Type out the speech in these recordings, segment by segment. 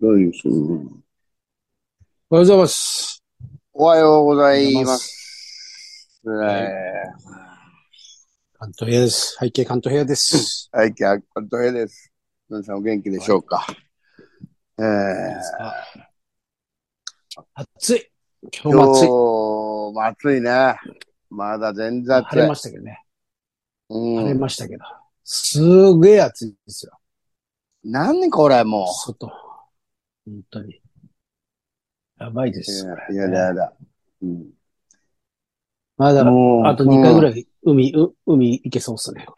どういう人うんおはようございます。おはようございます。す。え関東平です。背景関東平です。ー、はい、キャッカントヘです。皆さんお元気でしょうか、えいいーですか暑い。今日今も暑い。日も暑いね。まだ全然暑晴れいま。したけどね。晴れうん、ましたけど。すげえ暑いですよ。何これも外。本当に。やばいでう。いす。やいやだやだ。うん、まだ、もあと2回ぐい。らい海、う海行けそうっすね、こ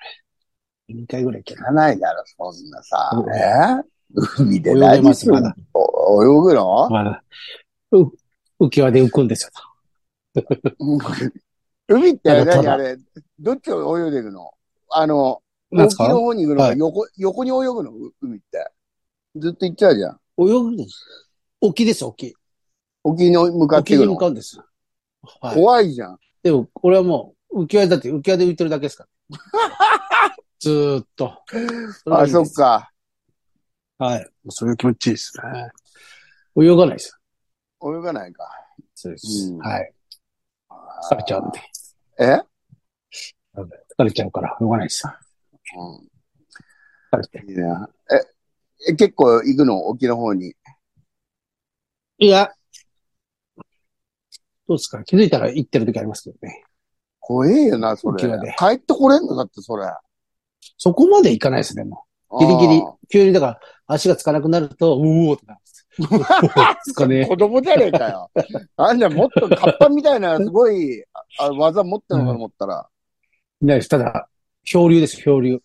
れ。2回ぐらい行け行なかないだろ、そんなさ。うんえー海で泳げ何ますするまのだお泳ぐのまだ、う、浮き輪で浮くんですよ。うん 海ってただた何だあれ、どっちを泳いでるのあの、なんす沖のか方に行くのか、はい横、横に泳ぐのう海って。ずっと行っちゃうじゃん。泳ぐの沖です、沖。沖に向かって沖いにく向の。かうんですよ。はい。怖いじゃん。でも、俺はもう、浮き輪だって、浮き輪で浮いてるだけですから。 ずーっと。あ、そっか。か。はい。それが気持ちいいですね。泳がないです。泳がないか。そうですうんはい。疲れちゃうんで。え疲れちゃうから、泳がないです。疲れてうん。いいな。え、え結構行くの沖の方に。いや。どうですか気づいたら行ってる時ありますけどね。怖えよな、それ。沖まで帰ってこれんのだって、それ。そこまで行かないですね、もう。ギリギリ。急に、だから、足がつかなくなると、うおーってなるんです。 つかあーね 子供じゃねえか よ。あんなもっとカッパみたいな、すごい、あ技持ってんのかと思ったら。え。いないです。ただ、漂流です、漂流。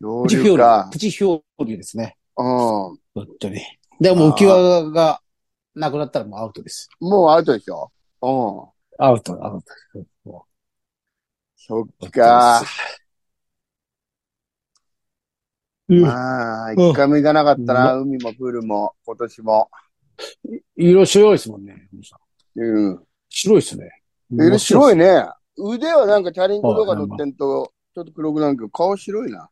上プチ漂流流か。。プチ漂流ですね。うん。本当に。でも、浮き輪がなくなったらもうアウトです。もうアウトでしょうん。アウト、アウト。もそっうか。。うん。まあ、ん一回も行かなかったな、海もプールも、今年も。色白いですもんね。うん。白いですね。色白い。いね。腕はなんかチャリンコとか乗ってんと、ちょっと黒くなるけど、顔白いな。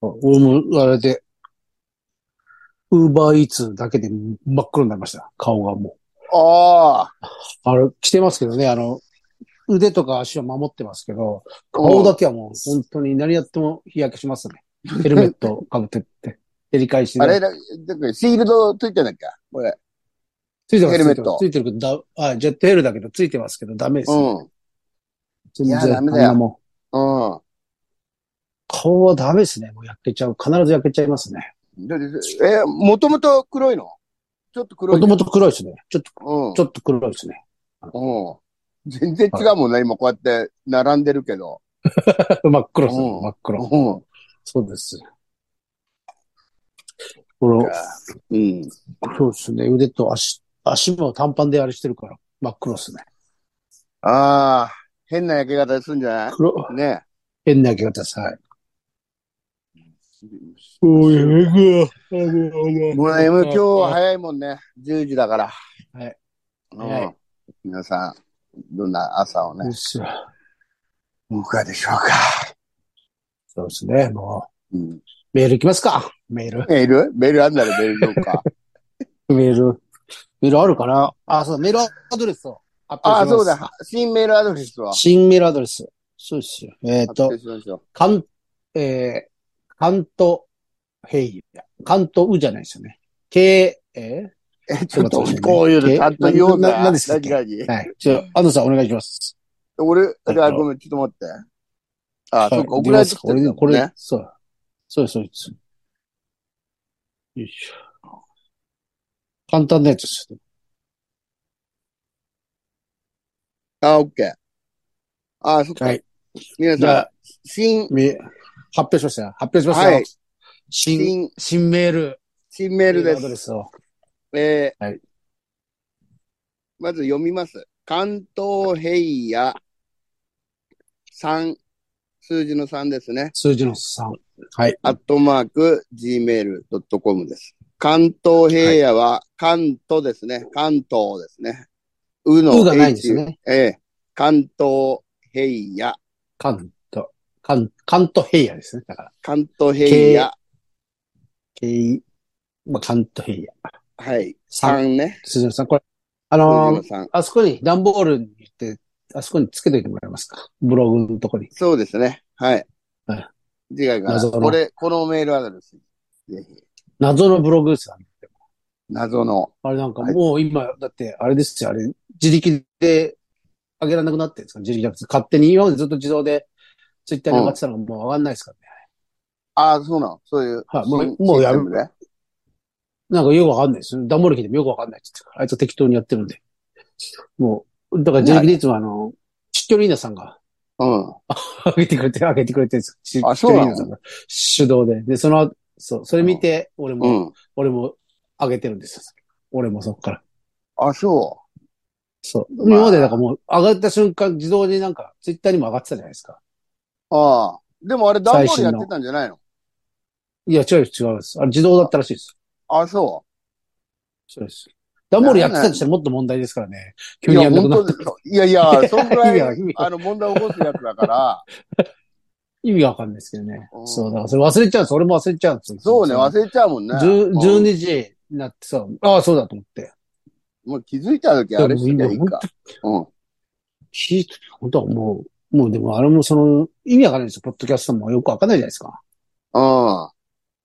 俺も、あれで、ウーバーイーツだけで真っ黒になりました。顔がもああ。う。あれ、着てますけどね、あの、腕とか足は守ってますけど、顔だけはもう本当に何やっても日焼けしますね。ヘルメットかぶってって。照り返し あでれだ、だからシールドついてんだっけこれ。ついてまヘす。ルメットついてるけど、だあ、ジェットヘルだけど、ついてますけど、ダメです。うん。全いやダメだよあんなもんう顔はダメですね。もう焼けちゃう。必ず焼けちゃいますね。ん。だってえ、もともと黒いのちょっと黒もい。ともと黒いですね。ちょっと、うんち。ょっと黒いですね。 うん。全然違うもんね、今こうやって並んでるけど。真っ黒です、うねん真っ黒。うん。そうです。この、うん。そうですね。腕と足、足も短パンであれしてるから、真っ黒ですね。ああ、変な焼け方するんじゃない黒、ね変な焼け方です。はい。え。めもうね、もう今日は早いもんね。10時だから。はい。うはん。皆さん、どんな朝をね、そうお迎えでしょうか。ですね。もうん。う、メール行きますか。メール。メールメールあんならメールしよう か。メール。メールあるかなあ、そう、メールアドレスを発ああ、表します。そうだ。新メールアドレスは。新メールアドレス。そうですよ。えっ、発と表、しましょかん、えー、関東平野。関東うじゃないですよね。K、えう。え、ちょっとちょっと待ってね、こういうのちゃんと言おうななな。何ですか何何ー、はい。じゃあ、安藤さんお願いします。俺、じゃあごめん、ちょっと待って。ああ、はそいっか、送られてきて出るんまだすかこもんれ、ねこれ。そう。そうです、そうです。よいしょ。簡単なやつです。あ、オッケー。ああ、そっかはい。皆じゃさんあ、、新、め発表しましたよ。発表しましたよ。はい新、新、新メール。新メールでアすド。レスを。えーはいまず読みます。関東平野3、数字の3ですね。数字の3。はい。アットマーク、gmail.com です。関東平野は、関東ですね。関東ですね。うのうがないんですよ H ね。ええ関東平野、関東。関、関東平野ですね。だから。関東平野、 K、まあ、関東平野。はい。三、 3ね。鈴野さん、これ、あ数のー字の3。あそこに、段ボールに行って、あそこにつけといてもらえますか。ブログのとこに。そうですね。はいはい。次回から、謎のこれ、このメールアドレス。ぜひ、謎のブログですよね謎の。あれなんかはいもう今、だって、あれですよ、あれ、自力で上げられなくなってるんですか自力じゃなくて、勝手に今までずっと自動で、ツイッターに上がってたのがもう上がんないですからね。ああ、そうなの。そういう。はいもう新もうやるシステムね。なんかよくわかんないです。ダンボール機でもよくわかんないって言ってたからあいつは適当にやってるんで。もう、だから自力でいつもあの、ちっきょりーなさんが うん。上げてくれて、上げてくれてるんですよ。ちっあきそょうなりーのなさんが手動で。で、その、そう、それ見て、俺も、うん。俺も上げてるんですよ。俺もそっから。あ、そそう。まあ今までなんかもう上がった瞬間自動になんかツイッターにも上がってたじゃないですか。う。ああ。でもあれ、段ボール最新やのってたんじゃないのいや、違うよ違うです。あれ自動だったらしいです。あ、そそうです。ダンボールやってたとしたらもっと問題ですからね。う。急いにや、やんなく本な当ったで。いやいや、そんぐら いやい意味、があの、問題起こすやつだから、意味がわかんないですけどねう。んそう、だからそれ忘れちゃうんです。俺も忘れちゃうんですよ。そうね、忘れちゃうもんね。じゅうん12時になってさ、ああ、そうだと思って。もう気づいた時あれしかいいか。うん。聞いて、本当はもう、もうでもあれもその、意味わかんないですよ。ポッドキャストもよくわかんないじゃないですか。あ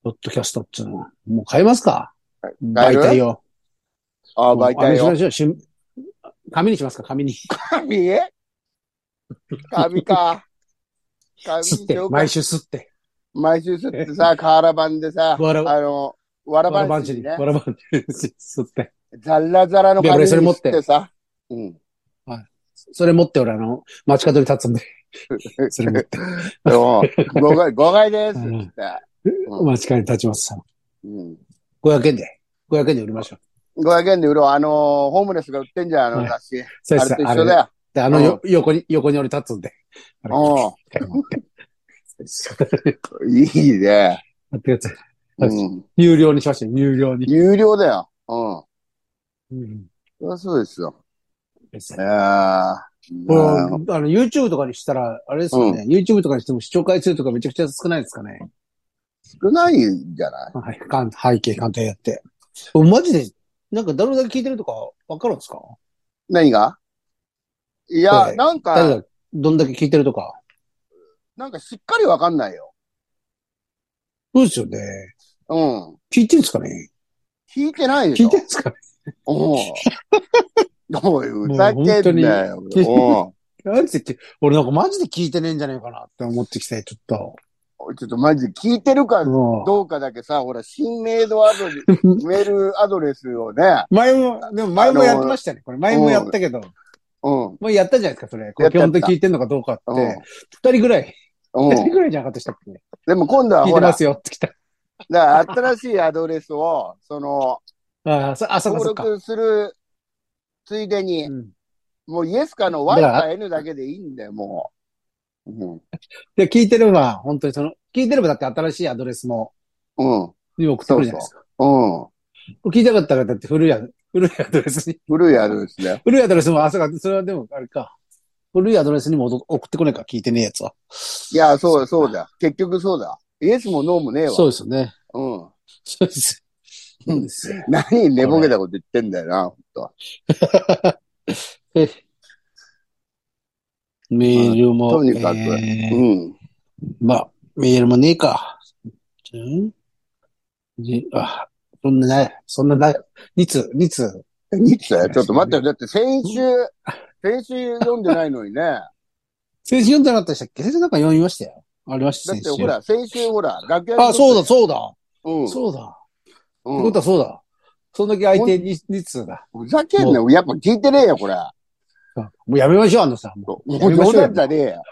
ポッドキャストっていうのは。もう変えますか変える媒体を。あ、媒体もうあをれ。しましょうし紙にしますか紙に。紙え紙か。紙吸っにしてよ、うか 毎週吸って。毎週すってさ、瓦版でさ、 わらあの、わらわらばばんんちちにに、ねわ、らばんちに吸って。ザラザラので紙俺にそれ持っしててさ、うん。それ持って俺あの、街角に立つんで。 それ持って。もう、誤解、誤解ですっうんつって。うん街角に立ちます。うん。 500円で。500円で売りましょう。 500円で売ろう。あのー、ホームレスが売ってんじゃん、あの雑誌。そうあでれすと一あ緒れだよ。で、あのよ、横に、横に俺立つんで。あれ 持ってそうですうん。いいね。買ってください。うん。有料にしましょう。有料に。有料だよ。うん。うん。そりゃそうですよ。ですいねやーこれあの、YouTube とかにしたら、あれですよね。YouTube とかにしても視聴回数とかめちゃくちゃ少ないですかね。少ないんじゃないはい。かん背景鑑定やって。マジで、なんか誰だけ聞いてるとかわかるんですか何がいや、声なん誰か、が、どんだけ聞いてるとか。なんかしっかりわかんないよ。そうですよね。うん。聞いてるんですかね聞いてないでし聞ょいてるんですかねうん。おい、ふざけんなよ。もうマジで、俺なんかマジで聞いてねえんじゃねえかなって思ってきて、ちょっと。ん。ちょっとマジで聞いてるかもうどうかだけさ、ほら、新メイドアドレス、メールアドレスをね、 前も、でも前もやってましたね。これ前もやったけど。うん、もうやったじゃないですか、それ。こやったやれ基った本的に聞いてんのかどうかっうんて。二人ぐらい、う二人ん。ぐらいじゃなかったでしたっけでも今度は聞いほら、てまだかすよって来た。ら新しいアドレスを、その、ああ、そあ、そっか登そっか。録するついでに、うんもうイエスかのだ Y からか N だけでいいんだよ、もう。うん。で、聞いてれば、本当にその、聞いてればだって新しいアドレスも、うん。に送ってくるじゃないですか。うん。聞いたかったら、だって古いア、古いアドレスに、古いアドレスだよ。古いアドレスも、あ、そうか、それはでも、あれか。古いアドレスにも送送ってこないから、聞いてねえやつは。いや、そうだ、そうだ。結局そうだ。イエスもノーもねえわ。そうですよね。うん。そうです。そうですよ。何寝ぼけたこと言ってんだよな、ほんと。メールも。とにかくえーうん。まあ、メールもねえか。うんであ、そんなない、そんなない。2通、2通。いつだよちょっと待ってよ。だって先週、先週読んでないのにね。だ先週読んでなかったでしたっけ先週なんか読みましたよ。ありました、っ 先て週。ほら、先週ほら、楽屋あ、そうだ、そうだ。う。うん。そうだ。ってうこんとはそうだ。そんだけ相手に2通だ。ふざけんなよ。やっぱ聞いてねえよ、これ。もうやめましょう、あのさ。ももう冗談じゃねえ よ。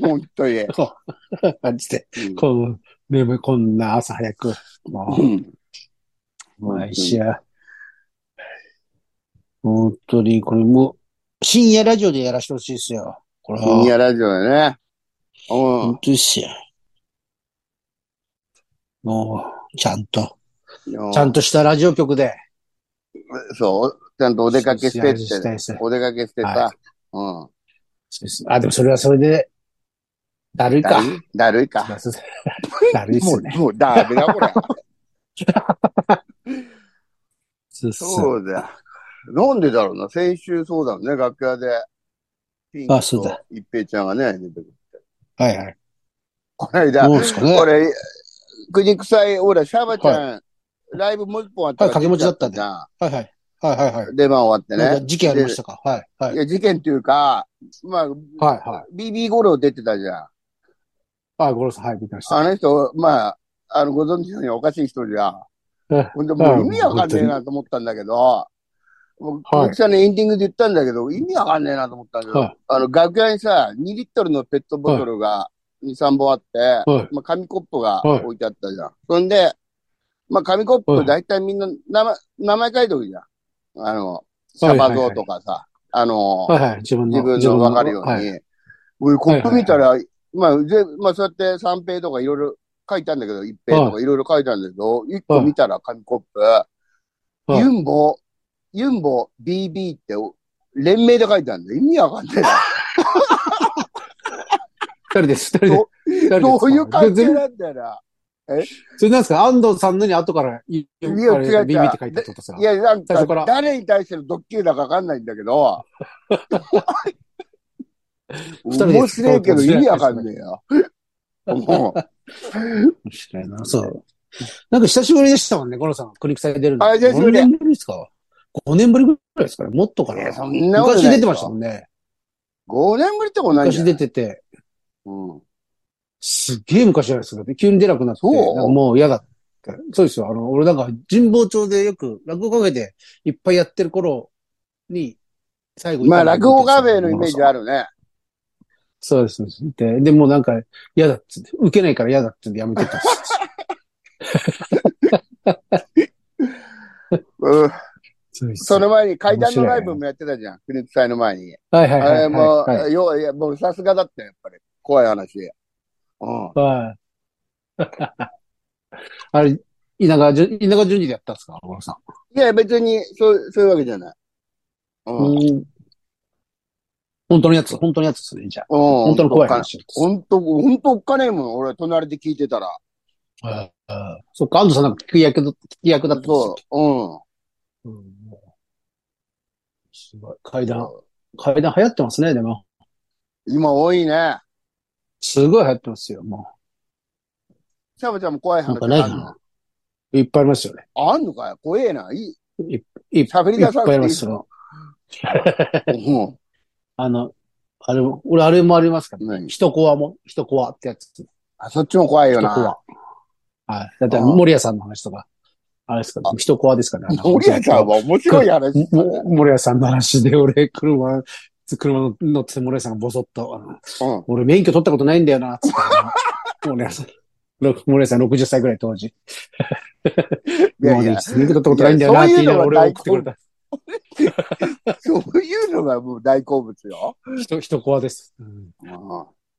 ほんとに。う、感じで。こう、ね、こんな朝早く。もうんうんう、毎週。本当に、これも、深夜ラジオでやらしてほしいですよ。これは。深夜ラジオだね。うん。本当ですよ。もう、ちゃんと、ちゃんとしたラジオ局で。そう、ちゃんとお出かけしてそうそうっしたいてで、すお出かけしてさ、そうですあ、でもそれはそれで、だるういん。だか。るいだるいか。だるいっすもうね。、もう、だめだ、これ。そう。そうだ。なんでだろうな。先週そうだもんね、楽屋で。ピンあクそうとだ一平ちゃんがね、出てくる。はいはい。この間、どうですかね。俺、国臭い、俺、シャバちゃん、ライブもう一本あったはい掛け持ちだったんでじゃん。はいはい。はいはいはい。出番終わってなんねか。事件ありましたかはいはいい。や、事件っていうか、まあ、はいはい。 BB ゴロ出てたじゃん。はい、五郎さん、はい、見てました。あの人、まあ、あの、ご存知のようにおかしい人じゃんえ。ほんで、もううん意味わかんねえなと思ったんだけど、もう、はい国さんのエンディングで言ったんだけど、意味わかんねえなと思ったんだけど、はいあの、楽屋にさ、2リットルのペットボトルが2、3本あって、はい。まあ、紙コップがはい置いてあったじゃん。そんで、まあ、紙コッはプい大体みんな名前、名前書いておくじゃん。あの、シャバ像とかさ、あの、はいはい。自分の。自分のわかるようはい。に。俺、コップ見たら、まあ、ぜまあ、そうやって三平とかいろいろ書いたんだけど、一平とかいろいろ書いたんだけど、一個見たら紙コップ、いユンボ、ユンボ BB って連名で書いてあるんだよ。意味わかんない。誰です誰です誰ですどういう関係全然なんだよな。それなんですか安藤さんのに後から、いいや違う違う BB って書いてあったってことですかいや、なん最初かか、ら誰に対してのドッキリだかわかんないんだけ ど、人で面白いけど意味わかんねえよ。もう、面白いな。そう。なんか久しぶりでしたもんね、五郎さん。国際出るの。あ久しぶり何年ぶりですか ?5 年ぶりぐらいですかねもっとかいな。やそんなことない昔よ出てましたもんね。 5年ぶりってことないんじ昔ゃな出いてて、うん。すっげえ昔じゃないですか。急に出なくなって、そうなんかもう嫌だって。そうですよ。あの、俺なんか神保町でよく落語カフェでいっぱいやってる頃に、最後まあ、落語カフェのイメージはある。るね。そうです。で、でもなんか嫌だっつって、受けないから嫌だっつってやめてたんです。うん。そうですその前に階段のライブもやってたじゃん。国際の前に。はいはいあはいれもはい。、よう、いや、もうさすがだったよ、やっぱり。怖い話。うん。はい。あれ、稲川淳、稲川淳二でやったんですか小野さん。いや、別に、そう、そういうわけじゃない。うん。うん。うん。本当のやつ、本当のやつですね、じゃあ。本本当の怖い。話です。本当、本当おっかねえもん。俺、隣で聞いてたら。はいはいそっか、安藤さんなんか聞き役だ、聞き役だったんですよそ。う。うん。うんすごい。階段、階段流行ってますね、でも。今多いね。すごい流行ってますよ、も。シャバちゃんも怖いうなん話かないあかんのな。いっぱいありますよね。あんのかよ。怖えな。いい。いっぱ喋りいい出さっぱないくていありまいす。そのうん。あの、あれも、俺あれもありますから。何 一コアも、一コアってやつ。あそっちも怖いよ一な。コア。はい。だって、ああ森谷さんの話とか、あれですか、一コアですからね。森谷さんは面白い話もも森谷さんの話で、俺、車、車乗ってて森谷さんがボソッと、あのうん。俺免許取ったことないんだよな、つって あの。森谷さん。ろ森谷さん60歳ぐらい当時。いやいもうやね、免許取ったことないんだよな、って言いながら俺を送ってくれた。そういうのがもう大好物よ。一、一コアです。うん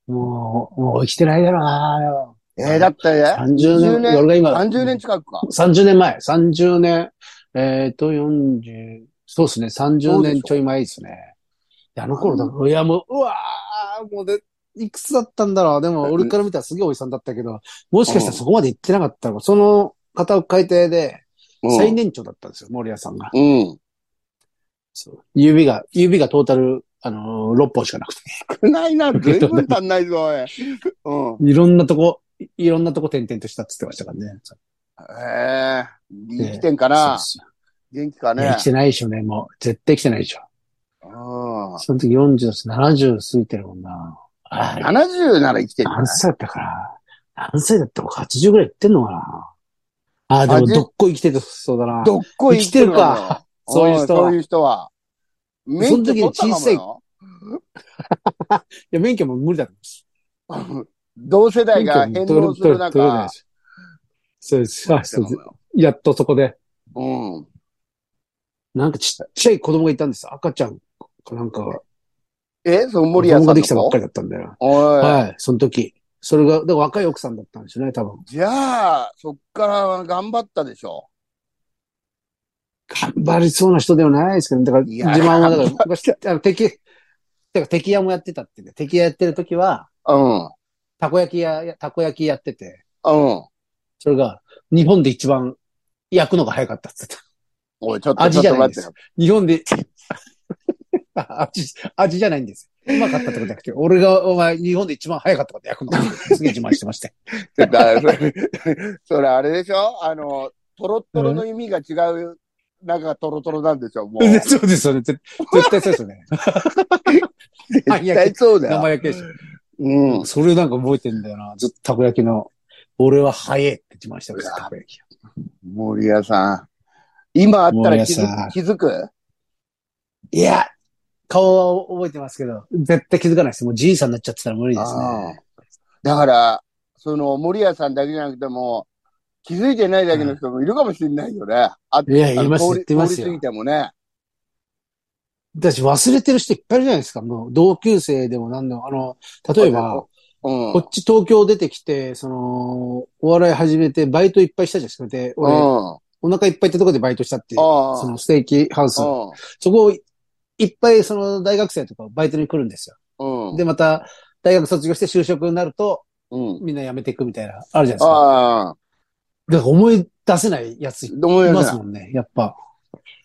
もう、もう生きてないだろうな、あれはえー、だって、 30 20年、年俺が今、 30年近くか。 30年前、30年、えっ、と、40、そうですね、30年ちょい前ですね。いやあの頃だ、いや、もう、うわー、もうで、いくつだったんだろう。でも、俺から見たらすげえおじさんだったけど、もしかしたらそこまで行ってなかったのか。その方を改定で、最年長だったんですよ、森谷さんが。うん。そう指が、指がトータル、あのー、6本しかなくて。少ないな、随分足んないぞ、おい。うん。いろんなとこ、いいろんなとこ点々としたって言ってましたからね。ええー、生きてんかな、そうです元気かよいやね生き。てないでしょうね、もう。絶対生きてないでしょ。うん。その時40です、70過ぎてるもんな。ああ、 70なら生きてる。何歳だったかな。何歳だったのか、80ぐらいいってんのかな。ああ、でも、あぜどっこい生きててそうだな。どっこい生きてるか。生きてるかそういう人んはそういう人は。その時に小さ免い許いや、免許も無理だと思います。取ったかもよ同世代が変免許も動する取れない中で。すそうです。あ、そう取でっすた。かやっとそこで、もようん。なんかちっちゃい子供がいたんです。赤ちゃんかなんかが、え、その子森谷さんの供ができたばっかりだったんだよ。おい。はい、その時。それが、だから若い奥さんだったんですよね、多分。じゃあ、そっから頑張ったでしょ。頑張りそうな人ではないですけど、だからい自や慢は、だから頑張っ昔、あの、敵、だから敵屋もやってたってね。敵屋やってる時は、うん。たこ焼き屋、たこ焼きやってて、うん。それが、日本で一番焼くのが早かったって言ってた。おい、ちょっと、味ちじょゃっとないで待すってよ。日本で、 味、味じゃないんですよ。うまかったとかじゃなくて、俺が、お前、日本で一番早かったから焼くの。すげえ自慢してましたよ。ちょっとあれそれ、 それあれでしょあの、トロットロの意味が違う、なんかトロトロなんでしょもう。絶 そうですよね。絶絶対そうですよ ね。対そうだよ。生焼けでしうんょ。。それなんか覚えてんだよな。ずっとたこ焼きの、俺は早いって自慢してました、たこ焼き。森屋さん。今あったら気森屋さづんく気づくいや、顔は覚えてますけど、絶対気づかないです。もうじいさんになっちゃってたら無理ですね。ああだから、その森屋さんだけじゃなくても、気づいてないだけの人もいるかもしれないよね。あいや、あ言いのます、通言っりてます通りよ過ぎ。てもね。だし忘れてる人いっぱいいるじゃないですか。もう同級生でも何でも。あの、例えば、うん。こっち東京出てきて、その、お笑い始めてバイトいっぱいしたじゃん。で、うん。俺、あお腹いっぱいってとこでバイトしたっていう。あ。そのステーキハウス。そうこをいっぱいその大学生とかバイトに来るんですよ。ん。うん。で、また大学卒業して就職になるとうん。みんな辞めていくみたいな、あるじゃないですか。ああ。だから思い出せないやついどうもやまなす。もんね。やっぱ、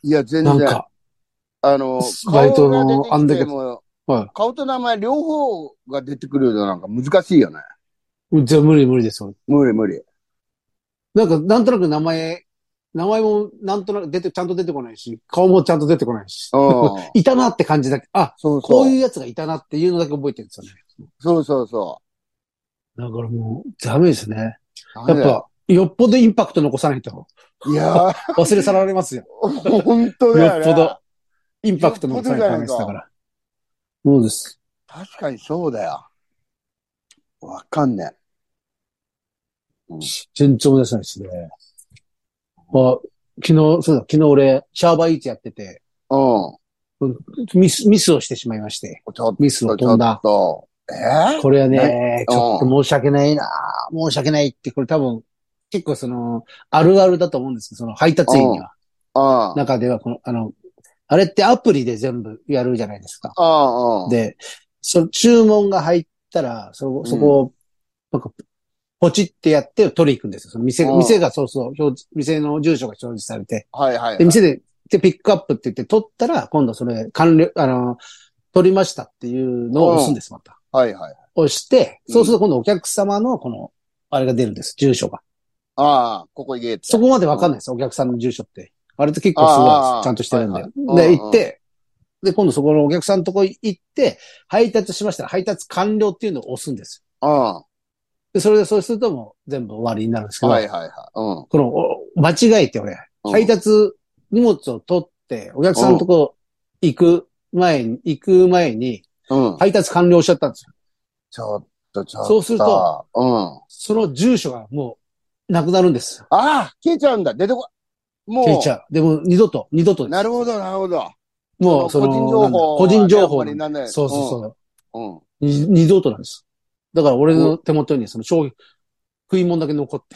いや、全なん然。か。あの、バイトの顔があん出だてきけてもは顔と名前両方が出てくるのなんか難しいよね。い。じゃあ無理無理です。俺無理無 理。なんか、なんとなく名前、名前もなんとなく出て、ちゃんと出てこないし、顔もちゃんと出てこないしう。ん。いたなって感じだけ。あ、そうこうそう。いうやつがいたなっていうのだけ覚えてるんですよね。そうそうそだからもう、ダメですね。う。やっぱ、よっぽどインパクト残さない といや忘れ去られますよ。ー、本当だよよね。っぽど。インパクト残さないとダメです。だから。そうです。確かにそうだよ。わかんね順調も出さないですね。あ、昨日、そうだ、昨日俺、シャーバーイーツやってて、え。うん。ミス、ミスをしてしまいまして。ちょっミスをと、ち飛ょんだっ。と。えーこれはね、うんちょっと申し訳ないな申し訳ないって、これ多分、結構その、あるあるだと思うんですけど、その配達員には。ああ。中では、この、あの、あれってアプリで全部やるじゃないですか。ああ。で、その注文が入ったら、そ、そこを、なんか、ポチってやって取り行くんですよ。その店が、うん店がそうそう、表示、店の住所が表示されて、はいはいはい。で、店で、で、ピックアップって言って取ったら、今度それ、完了、あの、取りましたっていうのを押すんです、また。はいはい。押して、うんそうすると今度お客様のこの、あれが出るんです、住所が。ああ、ここ家って。そこまでわかんないです、お客さんの住所って。あれって結構すごいあでーす。ちゃんとしてるんはいでは。うんうで、ん行って、で、今度そこのお客さんのとこ行って、配達しましたら、配達完了っていうのを押すんです。あで、それでそうするともう全部終わりになるんですけあ。ど、はいはいはい。うんこの、お間違えて俺、うん。配達荷物を取って、お客さんのとこ行く前に、行く前に、うん。配達完了しちゃったんですよ。ちょっと、ちょっと。そうすると。うん。あその住所がもう、なくなるんです。あ、消えちゃうんだ。出てこ、もう。消えちゃう。でも、二度と、二度とですなるほど、なるほど。もう、その、個人情なんだ報。個人情報あんまりなんないそうそうそう。うん。うん。に二度となんです。だから、俺の手元に、その、商品、食い物だけ残って、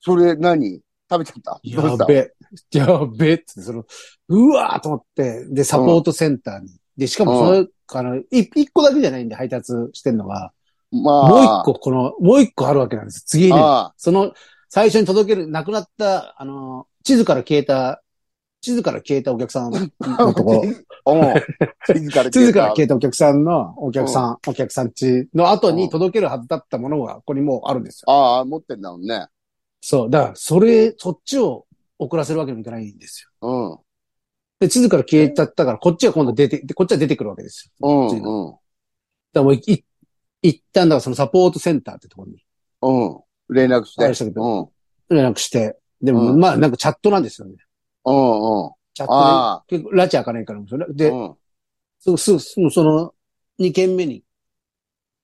それ何、食べちゃったどうやしたべえ、やべえって、その、うわーと思って、で、サポートセンターに。で、しかも、その、あの、い一個だけじゃないんで、配達してんのが、まあ。もう一個、この、もう一個あるわけなんです。次に、あその、最初に届ける、亡くなった、あの、地図から消えた、地図から消えたお客さんのあ。とこ ろ。 うん。静から地消え図からた。消えたお客さんの、お客さん、お客さんちの後に届けるはずだったものが、ここにもうあるんですよ。ああ、持ってんだもんね。そう。だから、それ、そっちを遅らせるわけにもいかないんですよ。うん。で、地図から消えちゃったから、こっちは今度出て、でこっちは出てくるわけですよ。うん。こっちがだかうん。らもうい、い一旦、だからそのサポートセンターってところにうん。連絡して。あれしたけうん。ど連絡して、でも、うんまあ、なんかチャットなんですよね。うんうん。チャットああ。で、結構、拉致開かないからもうそれ、うで、ん。すぐ、すぐ、すぐその、二件目に、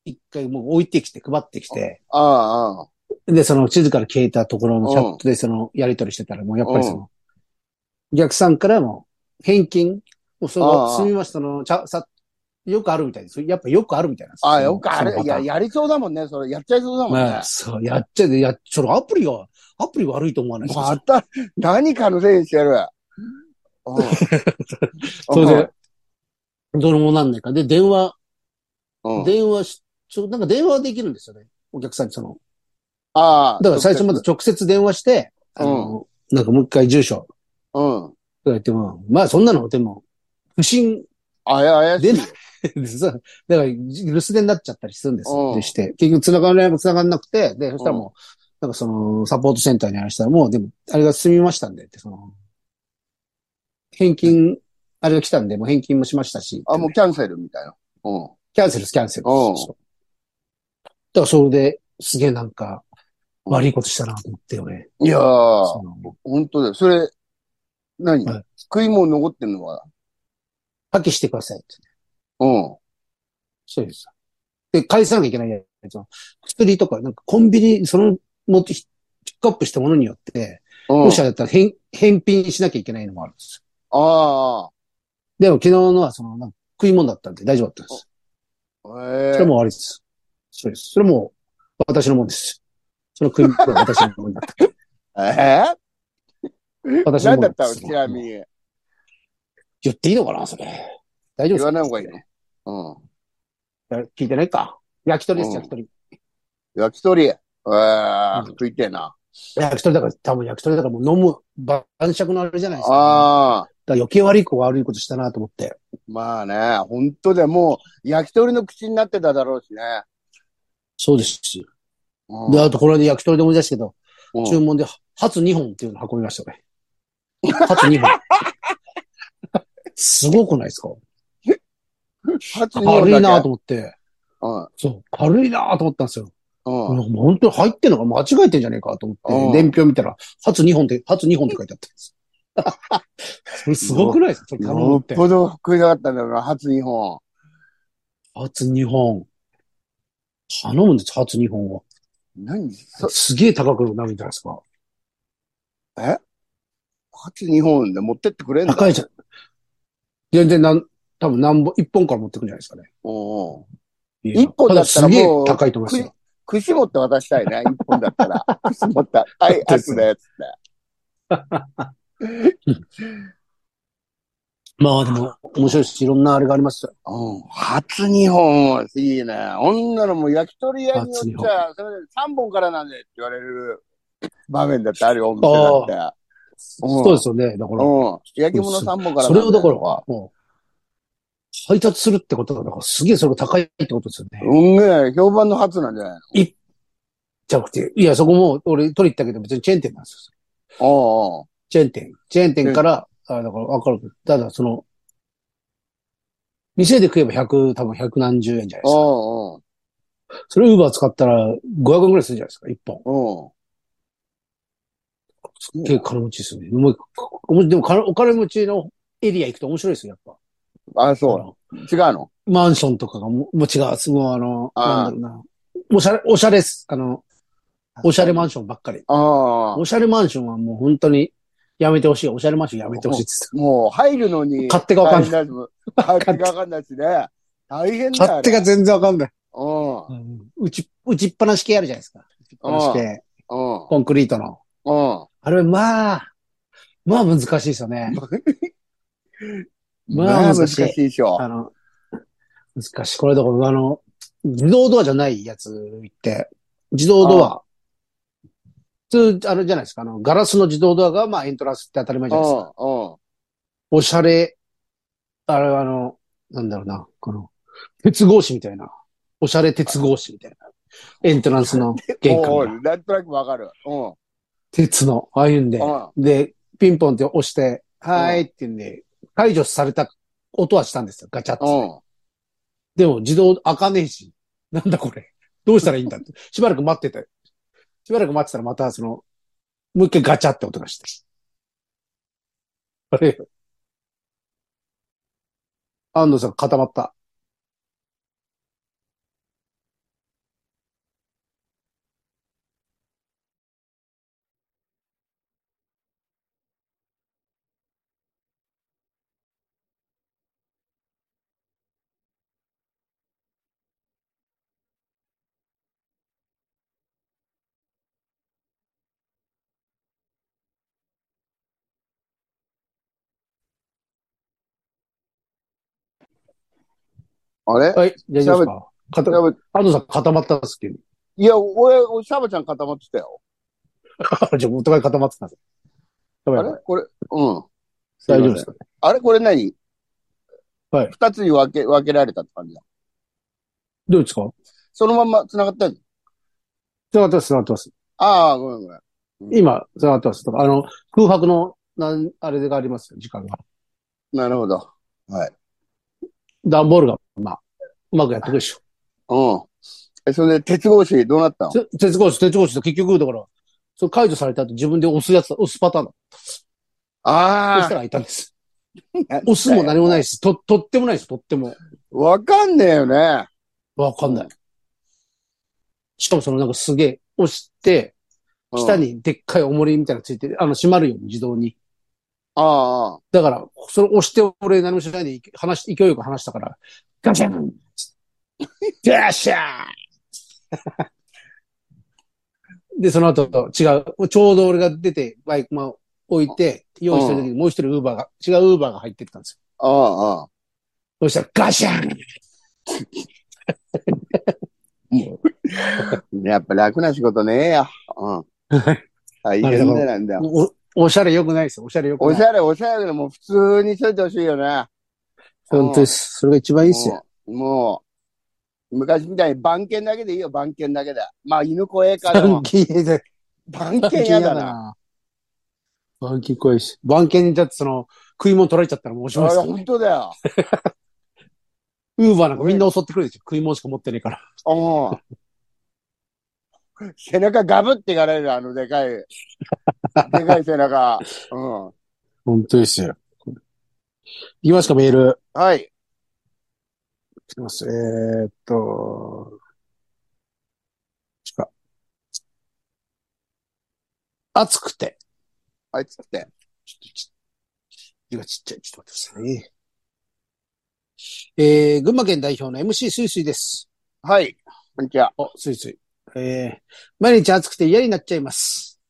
一回もう置いてきて、配ってきて、ああ、ああ。で、その地図から消えたところのチャうッんトでそのやり取りしてたら、もうやっぱりその、お客さんからも返金、もうそああの、すみましたの、ちゃ、さ、よくあるみたいです。やっぱよくあるみたいなんですああ、よくあそのれ、パいターや、ンやりそうだもんね。それ、やっちゃいそうだもんまねあ、。そう、やっちゃうで、や、そのアプリが、アプリ悪いと思わないですかまた、何かのせいにしてる。うん それで、どれもなんないか。で、電話、うん。電話し、ちょ、なんか電話できるんですよね。お客さんにその。ああ。だから最初まず直接電話して、あの、なんかもう一回住所うん。とか言っても、まあそんなの、でも、不審あや、怪しい出ない でさ、だから、留守電になっちゃったりするんですうよ。んでして、結局繋がらない、繋がんなくて、で、そしたらもう、なんかその、サポートセンターに話したら、もう、でも、あれが済みましたんで、って、その、返金、あれが来たんで、もう返金もしましたし、あ、もうキャンセルみたいな。うん。キャンセルです、キャンセルです。うんそうだから、それで、すげえなんか、うん悪いことしたなと思って、俺。いやーそ、の本当だよ。それ、何、はい食い物残ってんのは破棄してくださいって。うん。そうです。で、返さなきゃいけないやつは、薬とか、なんかコンビニ、その、持ってき、ピックアップしたものによって、うん。もしあれだったら返返品しなきゃいけないのもあるんですあよ。でも昨日のはその、なんか食い物だったんで大丈夫だったんです。あ。ええそれもありです。そうです。それも私のもんです。その食い物は私のもんだ った。ええ私何のもだのったのですちなみに。言っていいのかなそれ。大丈言夫ですかわない方がいいの。うん。聞いてないか。焼き鳥でうんす、焼き鳥。焼き鳥。ええうん食いてえな。焼き鳥だから、多分焼き鳥だからもう飲む、晩酌のあれじゃないですか。だかああ。ら余計悪い子が悪いことしたなと思って。まあね、本当でもう、焼き鳥の口になってただろうしね。そうです。うんで、あとこれで焼き鳥で思い出したけど、うん注文で、ハツ2本っていうの運びましたね。ハツ2本。 すごくないですか初日本軽だけいなと思って。そう、軽いなと思ったんですよ。うん。うん。もう本当に入ってんのか間違えてんじゃねえかと思うっんて、伝票見たら、ハツ2本って、ハツ2本って書い てあったんです。それすごくないですかそれ頼むよっ。ってぽど食いたかったんだよな、初日本。ハツ2本。頼むんです、ハツ2本は。何そ、すげえ高くなるんじゃないですか。え初日本で持ってって くれんだ。高いじゃん。全然なん、多分何本、1本から持ってくんじゃないですかね。うんうん。いや一本だったらもうすげえ高いと思いますよ。串持って渡したいね、一本だった ら。串持った。はい、そうあですつねだよ、つって。まあでも、面白いし、いろんなあれがありますよ。うん。初日本はいいね。女のもう焼き鳥屋によっ初日ちゃ本、それで3本からなんでって言われる場面だってあるよ、お店だって。そうですよね。だから、うん。焼き物3本からなんそれをだから、ら。もう、配達するってことだから、すげえそれ高いってことですよね。うんげえ、評判の初なんじゃないじゃなくて、いや、そこも、俺取り行ったけど、別にチェーン店なんですよ。のうんうん。チェーン店。チェーン店から、あだから、わかるけど。ただ、その、店で食えば100、多分100何十円じゃないですか。うんうん。それを Uber 使ったら500円くらいするじゃないですか、1本。うん。すっげえ金持ちですよね。もうおもでも金、お金持ちのエリア行くと面白いですよ、やっあ、ぱ。。そうう。違うのマンションとかがも、もう違う、すごいあの、あなあんだろうな。おしゃれ、おしゃれっす。あの、おしゃれマンションばっかり。ああ。おしゃれマンションはもう本当にやめてほしい。おしゃれマンションやめてほしいっつっもう入るのに。勝手がわかんないい。勝手がわかんないしね。大変て。だよ。勝手が全然わかんない。うん。うん。打ち、打ちっぱなし系あるじゃないですか。打ちっぱなし系。うん。コンクリートの。うん。あれ、まあ、まあ難しいですよね。まあまあ難難ししいいでしょ。あの、難しい。これだから、あの、自動ドアじゃないやつ行って、自動ドア。普通、あれじゃないですか。あの、ガラスの自動ドアが、まあ、エントランスって当たり前うじゃないですか。ん。うん。おしゃれ、あれはあの、なんだろうな、この、鉄格子みたいな。おしゃれ鉄格子みたいな。エントランスの玄関おが。うなんとなくわかる。うん。 鉄の、ああいうんでう。ん。で、ピンポンって押して、はーいって言うんで、解除された音はしたんですよ。ガチャって。うん。でも自動開かねえし、なんだこれ。どうしたらいいんだって。しばらく待ってて。しばらく待ってたらまたその、もう一回ガチャって音がして。あれ安藤さん固まった。あれはい、大丈夫ですか固やばい安藤さん固まったんですけ ど。いや、俺、俺シャバちゃん固まってたよ。じゃあお互い固まってたんです。やばいあやればいこれ、うん。大丈夫ですかあれこれ何はい二つに分け、分けられたって感じだ。どうですかそのまんま繋がったやつ繋がってます、繋がってます。ああ、ごめんごめん。今、繋がってます。とか、あの、空白の、なん、あれがありますよ、時間が。なるほど。はい。段ボールが、まあ、うまくやってくるでしょ。うん。え、それで、鉄格子どうなったのて鉄格子、鉄格子と結局、だから、そう解除された後自分で押すやつ、押すパターンだ。押しあたら開いたんです。あ、。押すも何もないいし、と、とってもないし、とっても。わかんねえよね。わかんない。しかもそのなんかすげえ、押して、うん下。にでっかい重りみたいなのついてる、あの、閉まるように自動に。ああ、だから、それ押して、俺何もしないで、話し、勢いよく話したから、ガシャンガシャン で、その後、違う、ちょうど俺が出て、バイクまあ置いて、用意してる時にもう一人ウーバーが、違うウーバーが入ってったんですよ。ああ、ああ。そしたら、ガシャンやっぱ楽な仕事ねえや。 うん。大変だなんだよ。お、おしゃれ良くないですよ。おしゃれ良くおない。しゃれ、おしゃれだけど、もう普通にしといてほしいよね。本当です。それが一番いいっすよ。もう、もう昔みたいに番犬だけでいいよ、番犬だけで。まあ、犬怖えから、番金嫌だ。番犬嫌だな。な。番金怖いし。番金にだってその、食い物取られちゃったらもうおしあまいですれ、からね本当だよ。ウーバーなんかみんな襲ってくるでしょ。食い物しか持ってねえから。うん。背中ガブっていかれる、あので かい、でかい背中。うん。本当ですよ。いきますか、メール。はい。来てます。えー、っと、しか。暑くて。あいつって。ちょっとち字がちっちゃい。ちょっと待ってくださいね。えー、群馬県代表の MC スイスイです。はい。こんにちは。お、スイスイ。えー、毎日暑くて嫌になっちゃいます。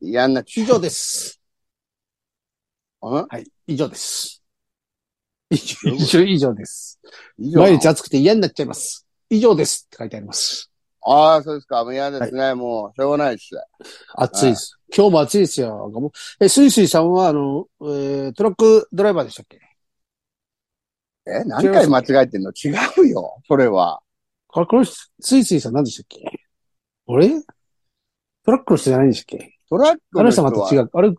嫌になっち以上です。ゃう。はい、以上です。以上以上です。ん以上毎日暑くて嫌になっちゃいます。以上ですって書いてあります。ああ、そうですか。もう嫌ですね。もう、しょうがないです。暑いです。今日も暑いですよ。もうえ、スイスイさんは、あの、えートラックドライバーでしたっけえ、何回間違えてんの違うよ。それは。これ、この人スイスイさん何でしたっけあれトラックの人じゃないんでしたっけトラックあのの人人はまた違う。あれ、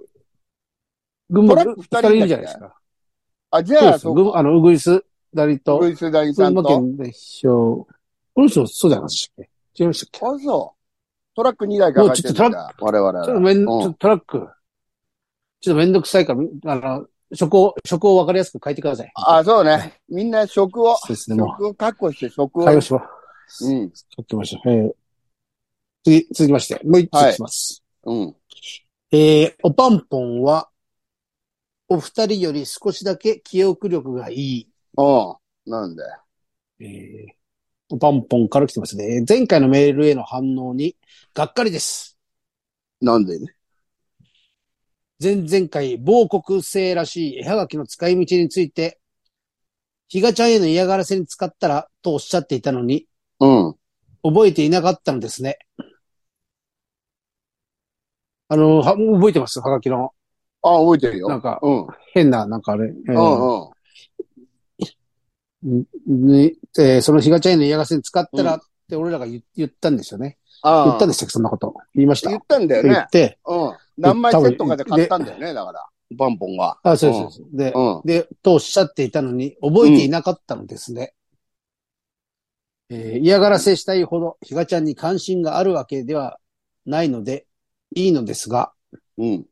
群馬、トラック二二人人いいるるじじゃゃなないいでですすか。あ、じそうゃであ、すよ。そう群馬あの、うぐいす、だりとウ、グイス大さ群ん馬と。県代表。この人、そうじゃないでしたっけ違いましたっけあ、そう。トラック2台抱えてるんもうちょだ。我々ちょっとめん、ちうょんっとトラック、ちょっとめんどくさいから、あの、職を、職をわかりやすく書いてください。あ、そうね。みんな食を、そうですね、も食を確保して食う。を。対応しま、うん。書きましょう。えー次、続きまして、もう一ついきます。うん。えー、おぱんぽんは、お二人より少しだけ記憶力がいい。うん。なんで。えー、おぱんぽんから来てますね。前回のメールへの反応に、がっかりです。なんでね。前々回、某国製らしい絵はがきの使い道について、ひがちゃんへの嫌がらせに使ったらとおっしゃっていたのに、うん。覚えていなかったのですね。あの、は覚えてますはがきの。あ、覚えてるよ。なんか、うん。うん変な、なんかあれ。えうーん。にえーそのひがちゃんへの嫌がらせに使ったらって俺らが言言ったんですよね。あ言ったんですしたっけそんなこと。言いました。言ったんだよ言ねっ。て、うん。何枚セットかで買ったんだよね、だから。バンポンが。あ、そうですそうです。で、うん。で、とおっしゃっていたのに、覚えていなかったのですね。えー嫌がらせしたいほど、ひがちゃんに関心があるわけではないので、いいのですが、うん。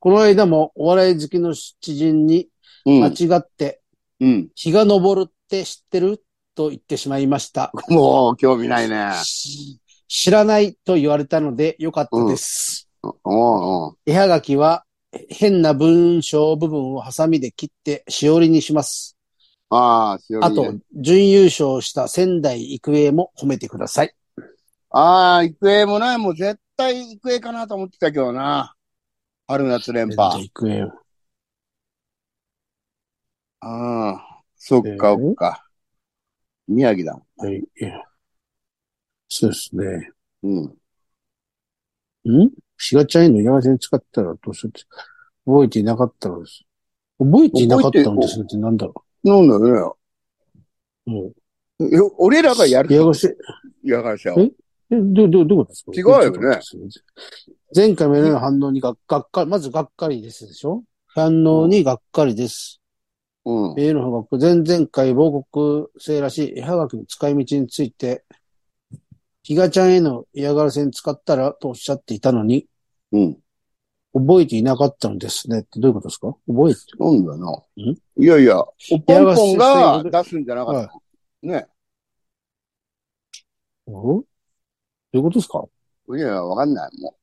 この間もお笑い好きの知人に、うん間。違って、うん。日が昇るって知ってると言ってしまいました。もう、興味ないね。し知らないと言われたので、よかったです。うんうん。絵はがきは、変な文章部分をハサミで切って、しおりにします。ああ、しおりあねと、準優勝した仙台育英も褒めてください。ああ、育英もね、もう絶対育英かなと思ってたけどな。春夏連覇。育英。ああ、そっえか、ーそっか。宮城だもはい。そうですね。ん。うん。んしがちゃんへの嫌がらせに使ったらどうするって、覚えていなかったらです。覚えていなかったんですってなんだろなんだろう。うん。うね。よ俺らがやる嫌がらせ、え、嫌がらせを。えど、ど、どういうことですか違うよね。どいことです前回メールの反応にががっかり、まずがっかりですでしょ反応にがっかりです。うん。メールの方が、前々回某国生らしい絵はがきの使い道について、ひがちゃんへの嫌がらせに使ったらとおっしゃっていたのに、うん。覚えていなかったのですねってどういうことですか覚えてなんだな。んいやいや、おぽんぽんが嫌がらせしたいこと出すんじゃなかったの。ね。うんどういうことですかいやいや、わかんない、も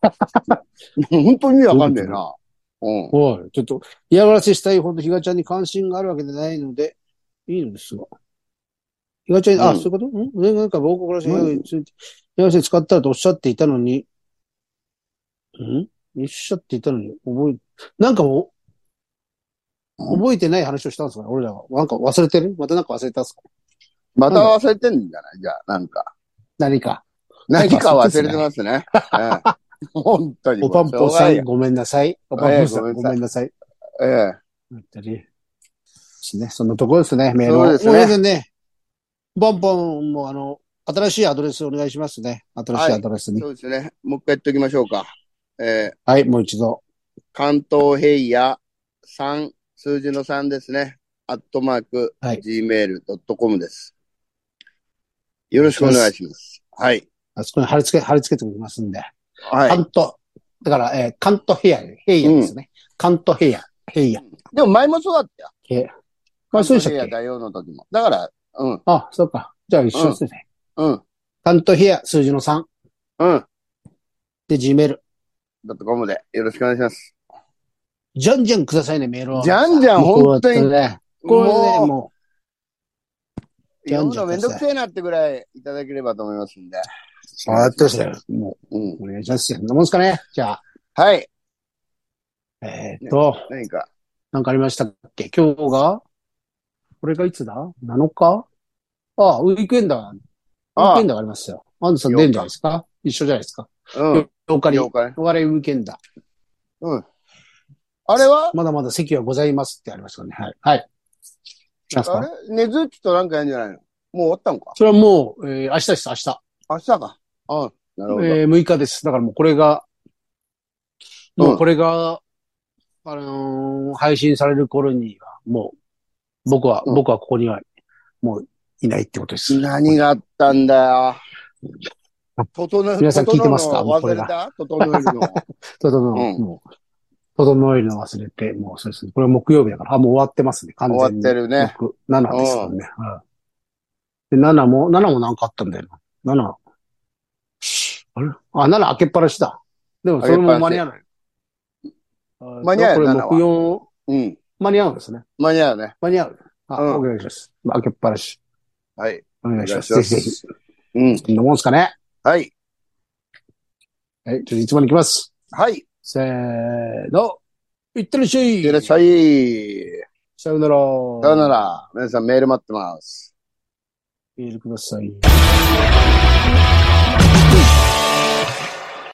う。 もう本当に意味わかんねえな。うん。はい。ちょっと、嫌がらせしたいほどひがちゃんに関心があるわけでないので、いいのですが。ひがちゃんに、うあ、んそういうことん前々から僕らしいうんについて、嫌がらせ使ったらとおっしゃっていたのに、んおっしゃっていたのに、覚え、なんかもうう、ん覚えてない話をしたんですかね、俺らは。なんか忘れてるまたなんか忘れたんですかまた忘れてんじゃないじゃあ、なんか。何か。何か忘れ忘てれてまます ね。ええ本当に。おぱんぽしょうがさ、なんいよごめんなさい。おぱんぽさええん、ごごめめんんなさい。ええ。本当に。ですね。そんなところですね、メールを。そうですねも皆さんね。ボンボンも、あの、新しいアドレスお願いしますね。新しいアドレスに。はそうですね。もう一回言っておきましょうか。えー、い、もう一度。関東平野3、数字の3ですね。アットマーク、はい gmail.com です。よろしくお願いします。はい。あそこに貼り付け、貼り付けておきますんで。はい。関東。だから、えー関東平野、平野ですね。関東平野、平でも前もそうだったよ。野。へあ、そうでした関東平野っけ大王の時も。だから、うん、あ、そうか。じゃあ一緒ですね。うん、関東平野、数字の3。うん。で、Gmail。ドットコムでよろしくお願いします。じゃんじゃんくださいね、メールを。じゃんじゃん、僕本は当に。ね。これね、もう、もうじゃ読んむじゃのんめくんだどさいくせえなってぐらいいただければと思いますんで。う、そうやってですね。もうん。う、お願いしますよ。そんなもんですかね。じゃあ。はい。えーっと、何か。なんかありましたっけ今日がこれがいつだ ?7 日ああ、ウィークエンダー、ウィークエンダーがありますよ。アンドさん出るんじゃないですか一緒じゃないですかうん。 ?8 日に、了解。お笑いウィークエンダー。あれはまだまだ席はございますってありますからね。はい。はい。来ますあかれねずっちとなんかやんじゃないのもう終わったのかそれはもう、えー、明日です、明日。明日か。うん。なるほど。えー、6日です。だからもうこれが、もうんうこれが、あのー配信される頃には、もう、僕は、うん僕はここには、もういないってことです。何があったんだよ。整皆さん聞いてますか整うのもうこれ忘れた整え るの。整え、うんもう、整えるの忘れて、もうそうですね。これは木曜日だから、あ、もう終わってますね、完終全わに。ってるね。 6、7ですからね。うん。で、7も、7もなんかあったんだよな。7。あれあ、7開けっぱなしだ。でも、それも間に合わない。間に合うこれ7は木曜、うん。間に合うんですね。間に合うね。間に合う。あ、うんお願いします。開けっぱなし。はい。お願いします。お願ぜいしひまぜすひ。うん。そんなもんですかね。はい。はい、ちょっといつもに行きます。はい。せーの。いってらっしゃい。いらっしゃい。さよなら。さよなら。皆さんメール待ってます。メールください。